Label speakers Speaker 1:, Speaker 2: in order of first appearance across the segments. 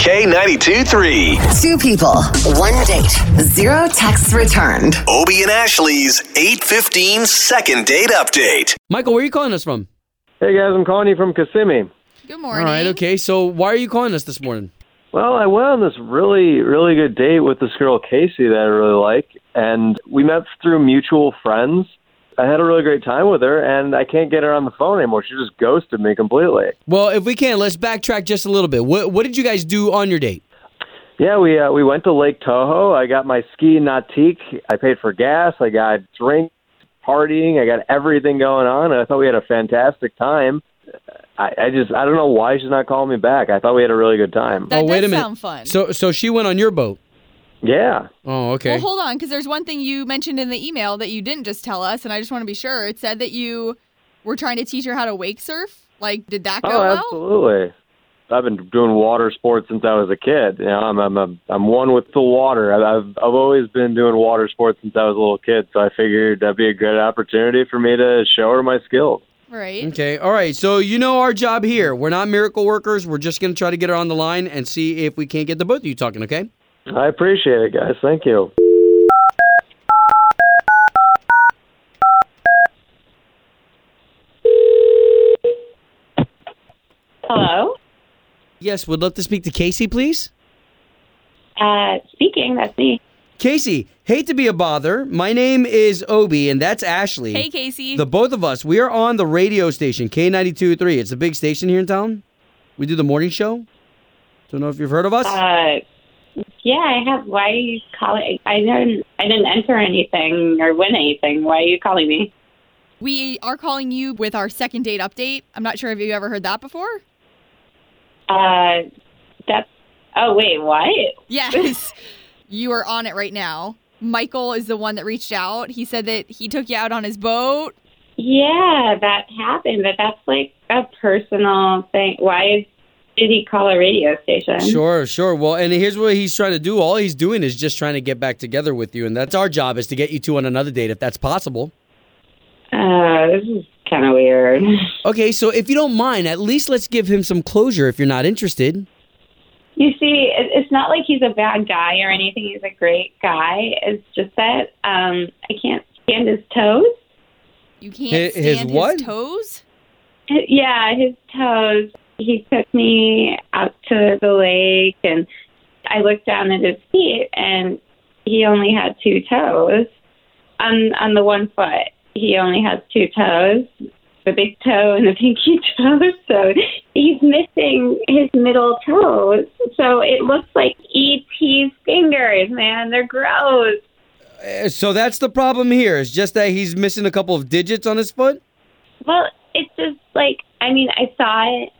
Speaker 1: K92 3.
Speaker 2: Two people, one date, zero texts returned.
Speaker 1: Obie and Ashley's 815 second date update.
Speaker 3: Michael, where are you calling us from?
Speaker 4: Hey guys, I'm calling you from Kissimmee.
Speaker 5: Good morning.
Speaker 3: All right, okay. So why are you calling us this morning?
Speaker 4: Well, I went on this really, really good date with this girl Casey that I really like, and we met through mutual friends. I had a really great time with her, and I can't get her on the phone anymore. She just ghosted me completely.
Speaker 3: Well, if we can, let's backtrack just a little bit. What what did you guys do on your date?
Speaker 4: Yeah, we uh, we went to Lake Tahoe. I got my ski nautique. I paid for gas. I got drinks, partying. I got everything going on. And I thought we had a fantastic time. I, I just I don't know why she's not calling me back. I thought we had a really good time.
Speaker 5: That
Speaker 3: oh, wait a
Speaker 5: does
Speaker 3: minute.
Speaker 5: sound fun.
Speaker 3: So so she went on your boat.
Speaker 4: Yeah.
Speaker 3: Oh, okay.
Speaker 5: Well, hold on, because there's one thing you mentioned in the email that you didn't just tell us, and I just want to be sure. It said that you were trying to teach her how to wake surf. Like, did that go
Speaker 4: Oh,
Speaker 5: well?
Speaker 4: absolutely. I've been doing water sports since I was a kid. You know, I'm I'm a, I'm one with the water. I- I've I've always been doing water sports since I was a little kid. So I figured that'd be a great opportunity for me to show her my skills.
Speaker 5: Right.
Speaker 3: Okay. All right. So you know our job here. We're not miracle workers. We're just gonna try to get her on the line and see if we can't get the both of you talking. Okay.
Speaker 4: I appreciate it, guys. Thank you.
Speaker 6: Hello.
Speaker 3: Yes. Would love to speak to Casey, please.
Speaker 6: Uh, speaking, that's me.
Speaker 3: Casey, hate to be a bother. My name is Obi, and that's Ashley.
Speaker 5: Hey, Casey.
Speaker 3: The both of us, we are on the radio station, K92.3. It's a big station here in town. We do the morning show. Don't know if you've heard of us.
Speaker 6: Uh, yeah, I have. Why are you calling? I didn't. I didn't enter anything or win anything. Why are you calling me?
Speaker 5: we are calling you with our second date update. I'm not sure if you ever heard that before.
Speaker 6: Uh, that's. Oh wait, what?
Speaker 5: Yes. you are on it right now. Michael is the one that reached out. He said that he took you out on his boat.
Speaker 6: Yeah, that happened, but that's like a personal thing. Why did he call a radio station?
Speaker 3: Sure, sure. Well, and here's what he's trying to do. All he's doing is just trying to get back together with you, and that's our job is to get you two on another date if that's possible.
Speaker 6: Uh, this is kind of weird.
Speaker 3: Okay, so if you don't mind, at least let's give him some closure if you're not interested.
Speaker 6: You see, it- it's not like he's a bad guy or anything. He's a great guy. It's just that um, I can't stand his toes.
Speaker 5: You can't
Speaker 3: His-
Speaker 5: stand
Speaker 3: his what?
Speaker 5: toes.
Speaker 6: Yeah, his toes. He took me out to the lake, and I looked down at his feet, and he only had two toes. On on the one foot, he only has two toes, the big toe and the pinky toe. So he's missing his middle toes. So it looks like ET's fingers, man. They're gross.
Speaker 3: Uh, So that's the problem here. It's just that he's missing a couple of digits on his foot.
Speaker 6: Well, it's just like I mean, I saw it,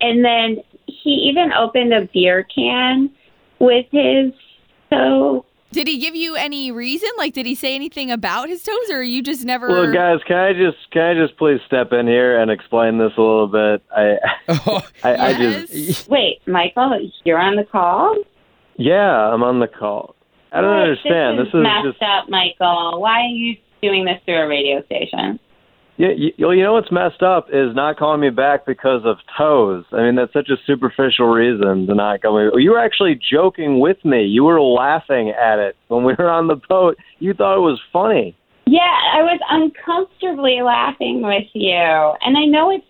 Speaker 6: and then he even opened a beer can with his toe.
Speaker 5: Did he give you any reason? Like, did he say anything about his toes, or you just never?
Speaker 4: Well, guys, can I just can I just please step in here and explain this a little bit? I
Speaker 3: Oh,
Speaker 4: I, I just
Speaker 5: yes.
Speaker 6: Wait, Michael, you're on the call.
Speaker 4: yeah, I'm on the call. I don't
Speaker 6: What?
Speaker 4: understand.
Speaker 6: This
Speaker 4: This
Speaker 6: is
Speaker 4: is
Speaker 6: messed
Speaker 4: just
Speaker 6: up, Michael. Why are you doing this through a radio station?
Speaker 4: Yeah, you, you know what's messed up is not calling me back because of toes. I mean, that's such a superficial reason to not call me. You were actually joking with me. You were laughing at it when we were on the boat. You thought it was funny.
Speaker 6: Yeah, I was uncomfortably laughing with you, and I know it's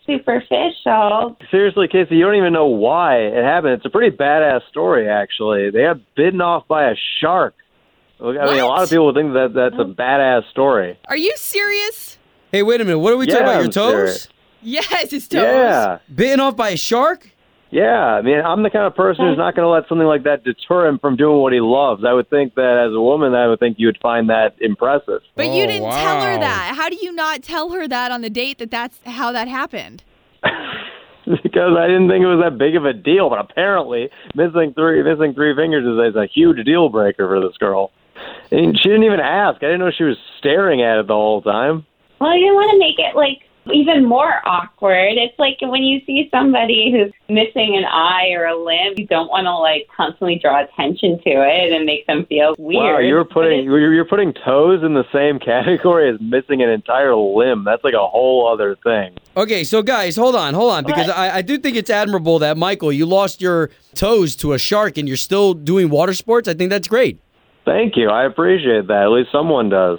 Speaker 6: superficial,
Speaker 4: Seriously, Casey, you don't even know why it happened. It's a pretty badass story, actually. They got bitten off by a shark. Look, I mean, a lot of
Speaker 5: What?
Speaker 4: people think that that's a badass story.
Speaker 5: Are you serious?
Speaker 3: hey, wait a minute. What are we
Speaker 4: Yeah,
Speaker 3: talking about? Your
Speaker 4: I'm
Speaker 3: toes?
Speaker 5: Yes, his toes.
Speaker 4: Yeah.
Speaker 3: Bitten off by a shark?
Speaker 4: Yeah, I mean, I'm the kind of person who's not going to let something like that deter him from doing what he loves. I would think that as a woman, I would think you would find that impressive.
Speaker 5: But
Speaker 3: Oh,
Speaker 5: you didn't tell her
Speaker 3: wow.
Speaker 5: that. How do you not tell her that on the date that that's how that happened?
Speaker 4: because I didn't think it was that big of a deal. But apparently, missing three missing three fingers is, is a huge deal breaker for this girl. And she didn't even ask. I didn't know she was staring at it the whole time.
Speaker 6: Well, you want to make it like even more awkward. It's like when you see somebody who's missing an eye or a limb, you don't want to like constantly draw attention to it and make them feel weird.
Speaker 4: Wow, you're
Speaker 6: But
Speaker 4: putting
Speaker 6: it's-
Speaker 4: you're you're putting toes in the same category as missing an entire limb. That's like a whole other thing.
Speaker 3: Okay, so guys, hold on, hold on, because I, I do think it's admirable that Michael, you lost your toes to a shark and you're still doing water sports. I think that's great.
Speaker 4: Thank you. I appreciate that. At least someone does.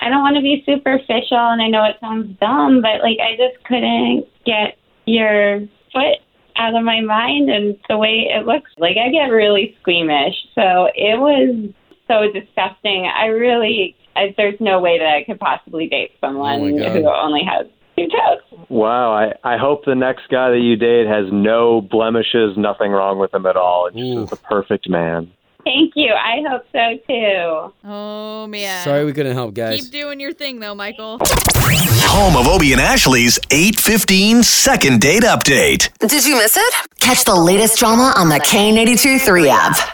Speaker 6: I don't want to be superficial, and I know it sounds dumb, but like I just couldn't get your foot out of my mind and the way it looks. Like I get really squeamish, so it was so disgusting. I really, I, there's no way that I could possibly date someone
Speaker 3: Oh, my God.
Speaker 6: who only has two toes.
Speaker 4: Wow. I, I hope the next guy that you date has no blemishes, nothing wrong with him at all. It's
Speaker 3: Ooh.
Speaker 4: just is the perfect man.
Speaker 6: Thank you. I hope so too.
Speaker 5: Oh man.
Speaker 3: Sorry we couldn't help,
Speaker 5: Keep
Speaker 3: guys.
Speaker 5: doing your thing though, Michael.
Speaker 1: Home of Obie and Ashley's 815 second date update.
Speaker 2: Did you miss it? Catch the latest drama on the K82 3 app.